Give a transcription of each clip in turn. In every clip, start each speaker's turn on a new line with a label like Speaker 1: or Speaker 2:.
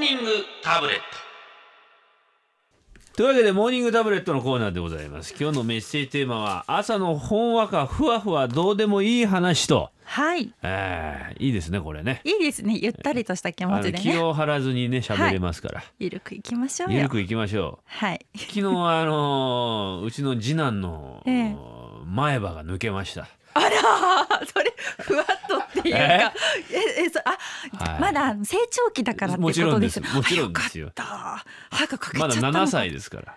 Speaker 1: ニングタブレッ
Speaker 2: というわけでモーニングタブレットのコーナーでございます今日のメッセージテーマは朝のほんわかふわふわどうでもいい話と、
Speaker 3: はいい
Speaker 2: えーいいですねこれね
Speaker 3: いですねゆったりとした気持
Speaker 2: あ
Speaker 3: ち
Speaker 2: の
Speaker 3: で
Speaker 2: 気
Speaker 3: ね
Speaker 2: を張らずにね喋れますから、
Speaker 3: ゆるくいきましょう
Speaker 2: ゆ
Speaker 3: よ
Speaker 2: るくいきましょう
Speaker 3: はい
Speaker 2: 昨日はあのーうちの次男の、
Speaker 3: ええ
Speaker 2: 前歯が抜けました
Speaker 3: あらそれふわっとっていうか
Speaker 2: え
Speaker 3: ええそあ、
Speaker 2: はい
Speaker 3: まだ成長期だからってこ
Speaker 2: もちろ
Speaker 3: と
Speaker 2: ん
Speaker 3: で
Speaker 2: ですす
Speaker 3: よ
Speaker 2: もちろんですよ
Speaker 3: あよかった歯が欠けち
Speaker 2: ま
Speaker 3: ゃっ
Speaker 2: だ
Speaker 3: たの
Speaker 2: 7歳ですから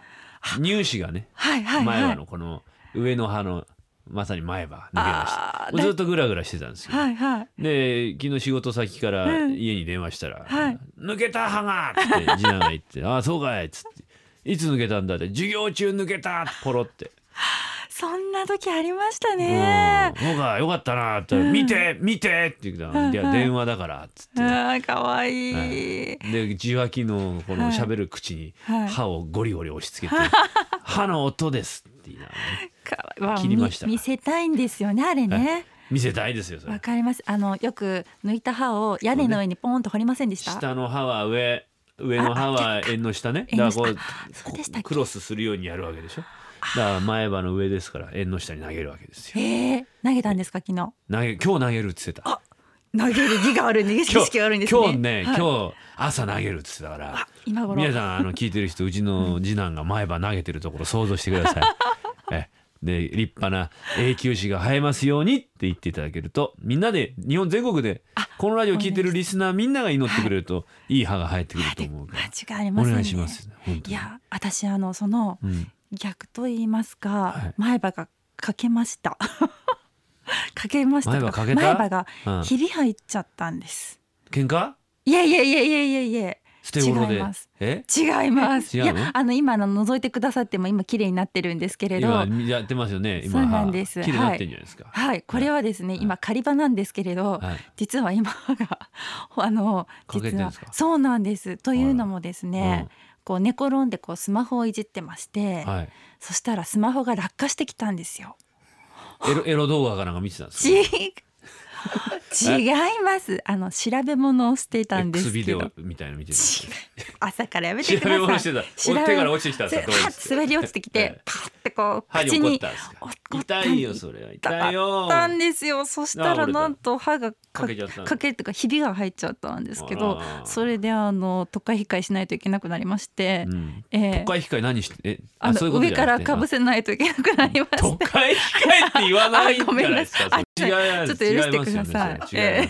Speaker 2: 乳歯がね
Speaker 3: はいはいはい
Speaker 2: 前歯のこの上の歯のまさに前歯抜けま
Speaker 3: あ
Speaker 2: し
Speaker 3: ー
Speaker 2: たずっとグラグラしてたんですよ、
Speaker 3: はいはい
Speaker 2: で昨日仕事先から
Speaker 3: うん
Speaker 2: 家に電話したら
Speaker 3: はい
Speaker 2: 抜けた歯が!」って次男が言って「ああそうかい」っつって「いつ抜けたんだ?」って「授業中抜けた!」ってポロって
Speaker 3: そんな時ありました
Speaker 2: 「うん
Speaker 3: ね
Speaker 2: 僕はよかったな」って言ったら「見て見て!」って言った
Speaker 3: う
Speaker 2: ら「
Speaker 3: んうん
Speaker 2: いや電話だから」っつって
Speaker 3: あーかわいい、
Speaker 2: で受話器のこの喋る口に
Speaker 3: はい
Speaker 2: 歯をゴリゴリ押し付 けて「歯の音です」って言いながらね
Speaker 3: かわいい
Speaker 2: 切りました
Speaker 3: 見見せたいんですよねあれね
Speaker 2: 見せたいですよそ
Speaker 3: わ
Speaker 2: れ
Speaker 3: かりますあのよく抜いた歯を屋根の上にポンと掘りませんでした、
Speaker 2: 下の歯は上上の歯は縁の下ね
Speaker 3: 縁の
Speaker 2: だ
Speaker 3: 下
Speaker 2: からこ
Speaker 3: あそうでし
Speaker 2: う
Speaker 3: たっ
Speaker 2: こ
Speaker 3: け
Speaker 2: クロスするようにやるわけでしょだから前歯の上ですから縁の下に投げるわけですよ
Speaker 3: えー、投げたんですか昨日
Speaker 2: 投げ今日投げるっつってた
Speaker 3: 投げる技があるね意
Speaker 2: 今
Speaker 3: 識
Speaker 2: 日
Speaker 3: があるんですね
Speaker 2: 今日ね
Speaker 3: はい
Speaker 2: 今日朝投げるっつってたから
Speaker 3: 今頃
Speaker 2: 皆さんあの聞いてる人うちの次男が前歯投げてるところ想像してく ださいえで立派な永久歯が生えますようにって言っていただけるとみんなで日本全国でこのラジオ聞いてるリスナーみんなが祈ってくれるといい歯が生えてくると思うから
Speaker 3: 間違いありま
Speaker 2: お
Speaker 3: せんね
Speaker 2: 願いします本当
Speaker 3: い
Speaker 2: に
Speaker 3: や私あのその
Speaker 2: うん
Speaker 3: 逆と言いますか、
Speaker 2: はい
Speaker 3: 前歯が欠けました 欠けました
Speaker 2: 前歯欠けた
Speaker 3: 前歯が
Speaker 2: うん
Speaker 3: ひび入っちゃったんです、
Speaker 2: 喧嘩
Speaker 3: いやいやいやいやいやいや
Speaker 2: 捨て頃
Speaker 3: 違い
Speaker 2: で
Speaker 3: ます
Speaker 2: え
Speaker 3: 違います
Speaker 2: 違
Speaker 3: いう
Speaker 2: の
Speaker 3: やあの今あの覗いてくださっても今綺麗になってるんですけれど
Speaker 2: 今やってますよね今
Speaker 3: そうなんです
Speaker 2: 歯綺麗になってんじゃないですか
Speaker 3: はいこれはですね、
Speaker 2: い
Speaker 3: 今仮歯なんですけれ
Speaker 2: は
Speaker 3: ど、
Speaker 2: い
Speaker 3: 実は今が あの
Speaker 2: 欠けて
Speaker 3: 実
Speaker 2: んで
Speaker 3: は
Speaker 2: すか
Speaker 3: そうなんですというのもですね、こう寝転んでこうスマホをいじってまして、
Speaker 2: うんはい
Speaker 3: そしたらスマホが落下してきたんですよ。
Speaker 2: エロエロ動画かなんか見てたんですか
Speaker 3: ち違います。あの調べ物をしてたんですけ
Speaker 2: X
Speaker 3: ど。
Speaker 2: ビデオみたいなの見てる
Speaker 3: 違う朝からやめて
Speaker 2: 調
Speaker 3: ください。
Speaker 2: べ物してた
Speaker 3: 調べ
Speaker 2: お手から落ちてきたんですかどう
Speaker 3: は
Speaker 2: です
Speaker 3: 滑り落ちてき
Speaker 2: え
Speaker 3: て
Speaker 2: え、
Speaker 3: パってこう
Speaker 2: 歯に
Speaker 3: 口
Speaker 2: 怒っ
Speaker 3: に。
Speaker 2: たんですか
Speaker 3: 怒った
Speaker 2: 痛いよそれは痛い
Speaker 3: だ
Speaker 2: よ
Speaker 3: ったんですよ。そした
Speaker 2: あ
Speaker 3: ら
Speaker 2: 折れた
Speaker 3: なんと歯が
Speaker 2: か
Speaker 3: か
Speaker 2: けちゃった
Speaker 3: かけっていうかひびが入っちゃったんですけど、
Speaker 2: あー
Speaker 3: それであのとか控えしないといけなくなりまして、
Speaker 2: うん
Speaker 3: ええ
Speaker 2: 都会控え何してえ
Speaker 3: あの
Speaker 2: そういうこと
Speaker 3: 上
Speaker 2: じ
Speaker 3: か
Speaker 2: ゃな
Speaker 3: ら
Speaker 2: くて
Speaker 3: かぶせないといけなくなりま
Speaker 2: 都
Speaker 3: して。
Speaker 2: 会控えって言わないんじゃない ですか
Speaker 3: あごめんなさい
Speaker 2: 違い
Speaker 3: ち
Speaker 2: ま
Speaker 3: ょっ
Speaker 2: す
Speaker 3: と許してください。
Speaker 2: 違います
Speaker 3: ええ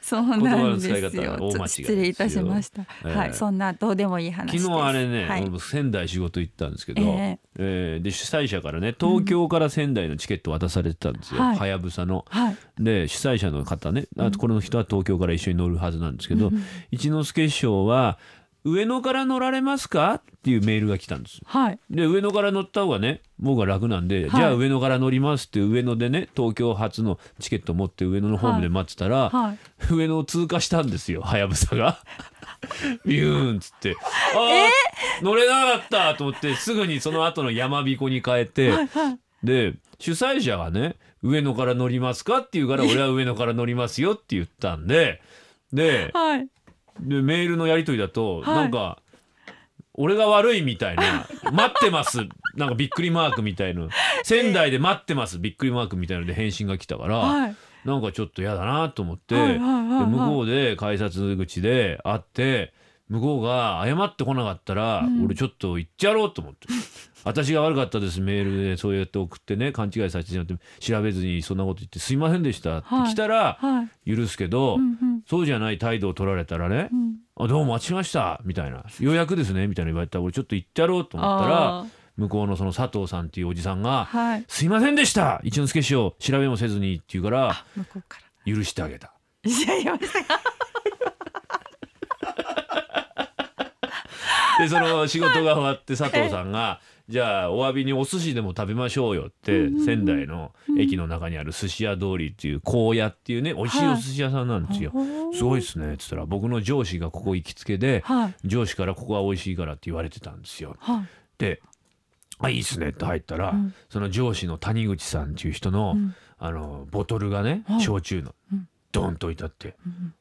Speaker 3: そうなんです
Speaker 2: 言葉の使い方
Speaker 3: よ。ち
Speaker 2: が
Speaker 3: ょ
Speaker 2: 大間
Speaker 3: っ
Speaker 2: 違い
Speaker 3: と
Speaker 2: ですよ
Speaker 3: 失礼いたしました。
Speaker 2: ええ
Speaker 3: はい、そんなどうでもいい話で
Speaker 2: 昨
Speaker 3: す。
Speaker 2: 日あれね、
Speaker 3: はい
Speaker 2: 俺も仙台仕事行ったんですけど、
Speaker 3: え
Speaker 2: え
Speaker 3: え
Speaker 2: ーで主催者からね東京から仙台のチケット渡されてたんですよ、
Speaker 3: はい
Speaker 2: はやぶさの。
Speaker 3: はい。
Speaker 2: で主催者の方ねあとこの人は東京から一緒に乗るはずなんですけど、一之輔師匠は「上野から乗られますか?」っていうメールが来たんですよ
Speaker 3: はい。
Speaker 2: で上野から乗った方がね僕は楽なんで、
Speaker 3: い
Speaker 2: じゃあ上野から乗りますって上野でね東京発のチケット持って上野のホームで待ってたら、
Speaker 3: はい。
Speaker 2: 上野を通過したんですよはやぶさ が。ビューンっつって「あー、乗れなかった!」と思ってすぐにその後の山彦に変えて、で主催者がね「上野から乗りますか?」って言うから「俺は上野から乗りますよ」って言ったんでで
Speaker 3: はい。
Speaker 2: でメールのやり取りだと、
Speaker 3: はい
Speaker 2: なんか「俺が悪い」みたいな 「待ってます」なんかびっくりマークみたいな「仙台で待ってます」びっくりマークみたいなので返信が来たから、
Speaker 3: はい。
Speaker 2: なんかちょっと嫌だなと思って、
Speaker 3: はいはいはいはい
Speaker 2: で向こうで改札口で会って向こうが謝ってこなかったら、
Speaker 3: ん
Speaker 2: 俺ちょっと行っちゃろうと思って。私が悪かったですメールでそうやって送ってね勘違いさせてしまって調べずにそんなこと言って「すいませんでした」って来たら
Speaker 3: はい。
Speaker 2: 許すけど、
Speaker 3: うんうん
Speaker 2: そうじゃない態度を取られたらね
Speaker 3: う、ん。
Speaker 2: あどうも待ちましたみたいなようやくですねみたいな言われたら俺ちょっと行ってやろうと思った
Speaker 3: あ
Speaker 2: ら
Speaker 3: ー
Speaker 2: 向こうのその佐藤さんっていうおじさんが
Speaker 3: はい
Speaker 2: 「すいませんでした一之輔師匠調べもせずに」って言うから
Speaker 3: 向こうから。
Speaker 2: 許してあげた
Speaker 3: いやいやいや
Speaker 2: でその仕事が終わって佐藤さんが「じゃあお詫びにお寿司でも食べましょうよ」って仙台の駅の中にある寿司屋通りっていう高野っていうね美味しいお寿司屋さんなんですよ
Speaker 3: はいお。ー
Speaker 2: すごいですねっつったら僕の上司がここ行きつけで
Speaker 3: はい
Speaker 2: 上司から「ここは美味しいから」って言われてたんですよ。
Speaker 3: はい。
Speaker 2: で「あいいっすね」って入ったら、
Speaker 3: ん
Speaker 2: その上司の谷口さんっていう人の、
Speaker 3: うん
Speaker 2: あのボトルがね
Speaker 3: はい
Speaker 2: 焼酎の、ドンと置いてあって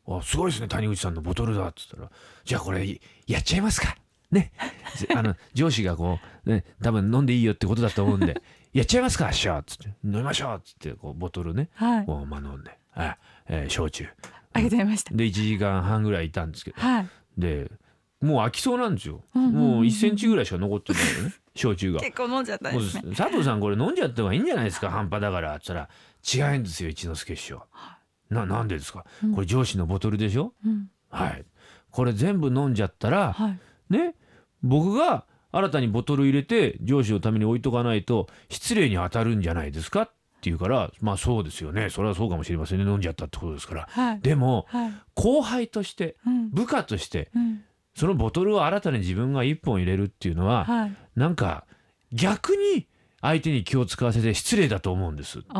Speaker 3: うん
Speaker 2: 「あすごいですね谷口さんのボトルだ」っつったら「じゃあこれいやっちゃいますか」ねぜあ の上司がこう、ね、多分飲んでいいよってことだと思うんで 「やっちゃいますか師匠」っつって「飲みましょう」っつってこうボトルね
Speaker 3: はい。
Speaker 2: こうまあ飲んで、あえー焼酎
Speaker 3: ありがとうございました。
Speaker 2: で1時間半ぐらいいたんですけど
Speaker 3: はい。
Speaker 2: でもう飽きそうなんですよ、
Speaker 3: うんうんうんうん
Speaker 2: もう1センチぐらいしか残ってないよね 焼酎が。
Speaker 3: 結構飲んじゃったん
Speaker 2: もう
Speaker 3: ですね。
Speaker 2: 佐藤さんこれ飲んじゃった方がいいんじゃないですか半端だからっつったら違うんですよ一之輔師匠ななんでですか
Speaker 3: うん
Speaker 2: これ上司のボトルでしょ、
Speaker 3: うん。
Speaker 2: はいこれ全部飲んじゃったら
Speaker 3: はい。
Speaker 2: ね僕が新たにボトル入れて上司のために置いとかないと失礼に当たるんじゃないですかって言うからまあそうですよねそれはそうかもしれませんね飲んじゃったってことですから
Speaker 3: はい。
Speaker 2: でも
Speaker 3: はい。
Speaker 2: 後輩として
Speaker 3: うん。
Speaker 2: 部下として
Speaker 3: うん。
Speaker 2: そのボトルを新たに自分が1本入れるっていうのは、
Speaker 3: はい。
Speaker 2: なんか逆に相手に気を使わせて失礼だと思うんです。
Speaker 3: ああ。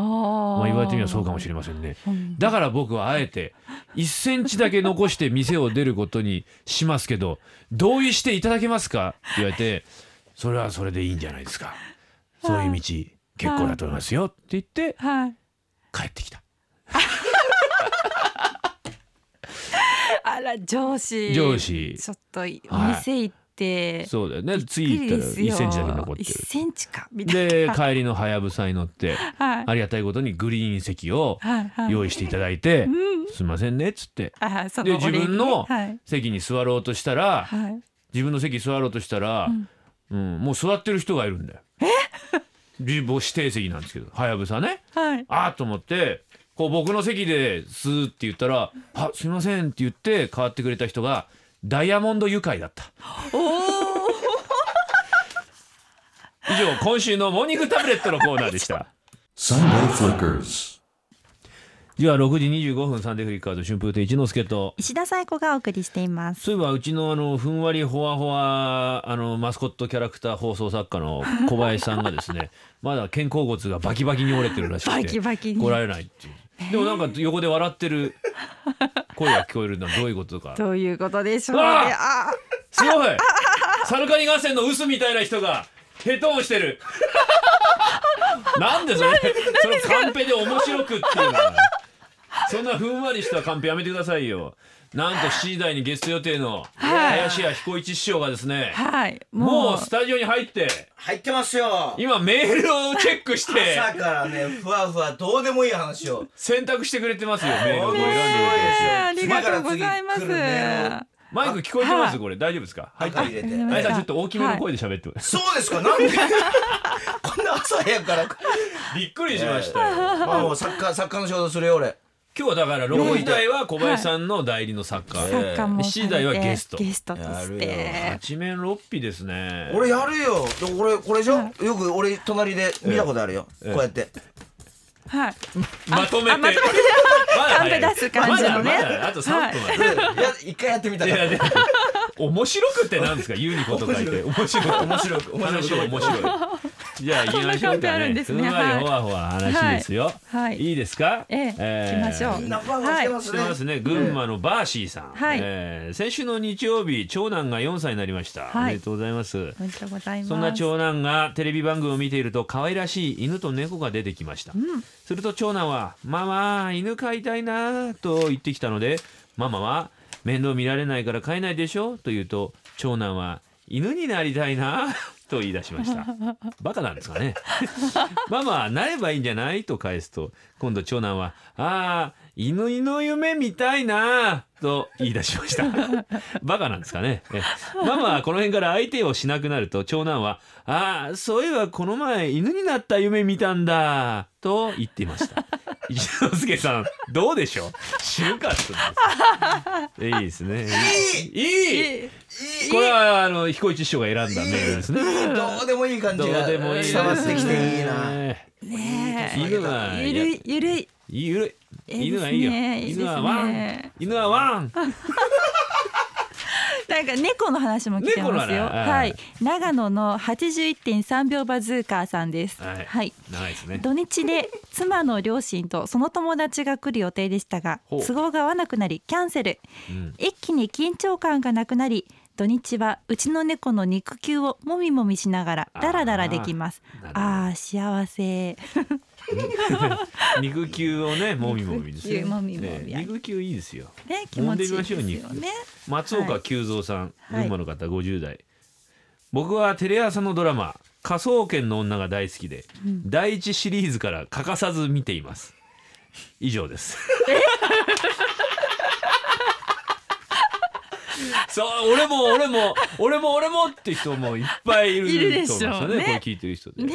Speaker 2: まあ、言われてみればそうかもし
Speaker 3: れ
Speaker 2: れませんね。
Speaker 3: ない。
Speaker 2: だから僕はあえて1センチだけ残して店を出ることにしますけど同意していただけますかって言われてそれはそれでいいんじゃないですかそういう道結構だと思いますよって言って
Speaker 3: はい。
Speaker 2: 帰ってきた
Speaker 3: あら上司。
Speaker 2: 上。司
Speaker 3: ちょっといお
Speaker 2: はい
Speaker 3: 店行って。
Speaker 2: そうだよね次
Speaker 3: び
Speaker 2: 行った
Speaker 3: っくりで
Speaker 2: ら
Speaker 3: す
Speaker 2: 1
Speaker 3: よ
Speaker 2: センチだけ残ってる
Speaker 3: 1センチかみたい
Speaker 2: で帰りのはやぶさに乗って
Speaker 3: な。はい。
Speaker 2: ありがたいことにグリーン席を
Speaker 3: はいはい。
Speaker 2: 用意していただいて
Speaker 3: うん。
Speaker 2: 「すいませんね」っつって
Speaker 3: あその
Speaker 2: で自分の
Speaker 3: お礼にね
Speaker 2: 席に座ろうとしたら
Speaker 3: はい。はい。
Speaker 2: 自分の席座ろうとしたら
Speaker 3: うん、
Speaker 2: うんもう座ってる人がいるんだよ。 自分指定席なんですけどはやぶさね
Speaker 3: はい。
Speaker 2: あーと思ってこう僕の席で「すー」って言ったら「あすいません」って言って変わってくれた人がダイヤモンド愉快だった
Speaker 3: おお。
Speaker 2: 以上今週のモーニングタブレットのコーナーでした
Speaker 1: Sunday Flickers.
Speaker 2: では6時25分サンデーフリッカーズ春風亭一之輔と
Speaker 4: 石田彩子がお送りしています
Speaker 2: そういえばうちのあのふんわりほわほわあのマスコットキャラクター放送作家の小林さんがです ねまだ肩甲骨がバキバキに折れてるらしくて
Speaker 3: バキバキ
Speaker 2: 来
Speaker 3: に。
Speaker 2: られないっていうでもなんか横で笑ってる声が聞こえるのはどういうことか
Speaker 3: ということでしょうね。
Speaker 2: うわ
Speaker 3: あ
Speaker 2: すごいサルカニ合戦の臼みたいな人がヘトンしてるなんでそれそれカンペで面白くっていうのはそんなふんわりしたカンペやめてくださいよなんと7時台にゲスト予定の
Speaker 3: はい
Speaker 2: 林家彦一師匠がですね、
Speaker 3: はい。
Speaker 2: も
Speaker 3: も
Speaker 2: う
Speaker 3: う
Speaker 2: ス。タジオに入って
Speaker 5: 入ってますよ
Speaker 2: 今メールをチェックして
Speaker 5: 朝からねふわふわどうでもいい話を
Speaker 2: 選択してくれてますよメールを選んでくれてま
Speaker 5: ね
Speaker 2: すよ
Speaker 3: ありがとうございます。
Speaker 5: 次から次来るね
Speaker 2: マイク聞こえてま
Speaker 3: は
Speaker 2: す
Speaker 3: い
Speaker 2: これ大丈夫ですかはい
Speaker 5: 赤入れて
Speaker 3: あ
Speaker 2: あいさんちょっと大きめの声で喋ってくださ
Speaker 5: そうですかなん でこんな朝早くから
Speaker 2: いびっくりしましたよ
Speaker 5: まあもう作家作家の仕事するよ俺
Speaker 2: 今日はだから6時台は小林さんの代理の作家、
Speaker 5: はい
Speaker 3: 作家もされて
Speaker 2: 次第はゲスト
Speaker 3: ゲストとし
Speaker 5: や
Speaker 3: て。
Speaker 2: 八面六臂ですね
Speaker 5: 俺やるよでも俺これじゃよく俺隣で見たことあるよ
Speaker 2: ええ
Speaker 5: こうやって
Speaker 3: はい。
Speaker 2: まとめて
Speaker 3: あまとめて
Speaker 2: まだ早い
Speaker 3: カンペ出す感じのね
Speaker 2: まだまだあと3分ある、
Speaker 5: でや一回やってみた
Speaker 2: い、
Speaker 5: か
Speaker 2: や
Speaker 5: ら
Speaker 2: いや面白くってなんですか言うにこと書いて面白い面白い面白い面白いじゃあ行きましょ
Speaker 3: そ
Speaker 2: う
Speaker 3: んなカンペ
Speaker 2: か
Speaker 3: あるん
Speaker 2: ね
Speaker 3: です
Speaker 2: ふ
Speaker 3: ね
Speaker 2: んわ
Speaker 3: は
Speaker 2: り
Speaker 3: い
Speaker 2: ほわほわ話ですよ、
Speaker 3: はい
Speaker 2: いですか
Speaker 3: ええ行きましょう
Speaker 5: みんなふわふわしてます
Speaker 2: して
Speaker 5: ね
Speaker 2: ますね群馬のバーシーさん、
Speaker 3: はい
Speaker 2: えー先週の日曜日長男が4歳になりました、
Speaker 3: は
Speaker 2: お
Speaker 3: い
Speaker 2: めでとうございます
Speaker 3: おめでとうございます。
Speaker 2: そんな長男がテレビ番組を見ていると可愛らしい犬と猫が出てきました、すると長男は「ママ犬飼いたいな」と言ってきたのでママは「面倒見られないから飼えないでしょ」と言うと長男は「犬になりたいな」と言い出しましたバカなんですかねママはなればいいんじゃないと返すと今度長男は「ああ犬の夢見たいな」と言い出しましたバカなんですかねえママはこの辺から相手をしなくなると長男は「ああそういえばこの前犬になった夢見たんだ」と言っていました一之輔さんどうでしょう知るかったですいいですねいいいい
Speaker 3: ええ。
Speaker 2: これはあの彦一師匠が選んだメールですね
Speaker 5: どうでもいい感
Speaker 2: どう
Speaker 5: じが
Speaker 2: で
Speaker 5: 伝
Speaker 2: もいいですね
Speaker 5: わってきていいな
Speaker 3: ねえ。
Speaker 2: 犬は
Speaker 3: ゆるいゆるい。
Speaker 2: ゆる
Speaker 3: ええ
Speaker 2: 犬はいいよ、
Speaker 3: ですねいいです
Speaker 2: 犬はワン
Speaker 3: ね
Speaker 2: 犬はワン
Speaker 3: なんか猫の話も来て
Speaker 2: 猫の
Speaker 3: ます
Speaker 2: 話
Speaker 3: よ。
Speaker 2: はい
Speaker 3: はい。長野の81.3秒バズーカーさんです。
Speaker 2: はい
Speaker 3: はい。
Speaker 2: 長いですね
Speaker 3: 土日で妻の両親とその友達が来る予定でしたが
Speaker 2: ほう
Speaker 3: 都合が合わなくなりキャンセル
Speaker 2: うん
Speaker 3: 一気に緊張感がなくなり
Speaker 4: 土日はうちの猫の肉球をもみもみしながらダラダラできます
Speaker 2: なるほど
Speaker 4: あー幸せ
Speaker 2: 肉球をねもみもみですね
Speaker 4: 肉球もみもみ
Speaker 2: ね肉球いいですよ
Speaker 4: ね気持ちいいですよ
Speaker 2: 揉んでみ
Speaker 4: ね
Speaker 2: ましょう松岡久蔵さん、
Speaker 4: はい
Speaker 2: 群馬の方50代、僕はテレ朝のドラマ「科捜研の女」が大好きで、第一シリーズから欠かさず見ています以上です そう俺も俺も俺も俺もって人もいっぱいい
Speaker 3: いる
Speaker 2: る
Speaker 3: で
Speaker 2: と
Speaker 3: し
Speaker 2: 思
Speaker 3: ょう
Speaker 2: うんですよね
Speaker 3: ね
Speaker 2: これ聞いてる人で、
Speaker 3: ね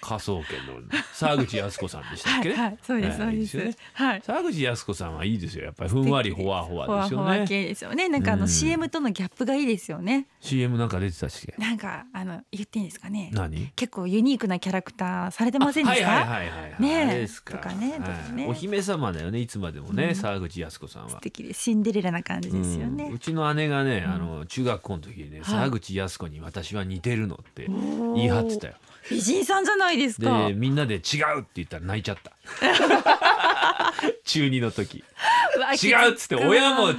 Speaker 2: 科捜研の女沢口靖子さんでしたっ
Speaker 3: は
Speaker 2: け
Speaker 3: い
Speaker 2: ね
Speaker 3: はいそうですそ
Speaker 2: は
Speaker 3: う
Speaker 2: いいいで
Speaker 3: で
Speaker 2: す
Speaker 3: す
Speaker 2: よね
Speaker 3: はい
Speaker 2: 沢口靖子さんはいいですよやっぱりふんわりほわほわですよね
Speaker 3: ほわほわ系ですよねなんかあ
Speaker 2: うん
Speaker 3: の CM とのギャップがいいですよね
Speaker 2: CM なんか出てたっけ
Speaker 3: なんかあの言っていいんですかね
Speaker 2: 何
Speaker 3: 結構ユニークなキャラクターされてませんで
Speaker 2: はい
Speaker 3: した
Speaker 2: はいはいはいはい
Speaker 3: ねえ
Speaker 2: あれですか
Speaker 4: とかね
Speaker 2: はい
Speaker 4: とかね
Speaker 2: お姫様だよねいつまでもね、沢口靖子さん
Speaker 4: 素
Speaker 2: は
Speaker 4: 敵でシンデレラな感じですよ
Speaker 2: うん
Speaker 4: ね
Speaker 2: うちの姉がね、あの中学校の時にね、沢口靖子に私は似てるのって言い張ってたよ
Speaker 3: 美人さんじゃないですか
Speaker 2: でみんなで違うって言ったら泣いちゃった 中二の時違うっつって親も違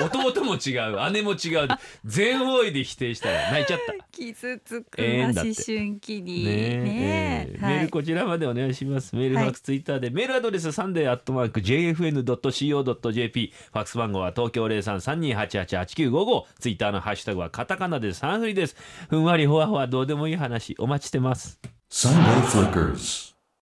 Speaker 2: う弟も違う姉も違う全方位で否定したら泣いちゃった
Speaker 4: 傷つく
Speaker 2: ええんだって
Speaker 3: 思春期に
Speaker 2: ねええーメールこちらまでお願いします。メール、フ
Speaker 4: はい
Speaker 2: ァックス、ツイッターで、メールアドレスサンデーアットマーク jfn.co.jp、ファックス番号は東京0332888955、ツイッターのハッシュタグはカタカナでサンフリです。ふんわりほわほわどうでもいい話お待ちしてます。
Speaker 1: Sunday Flickers.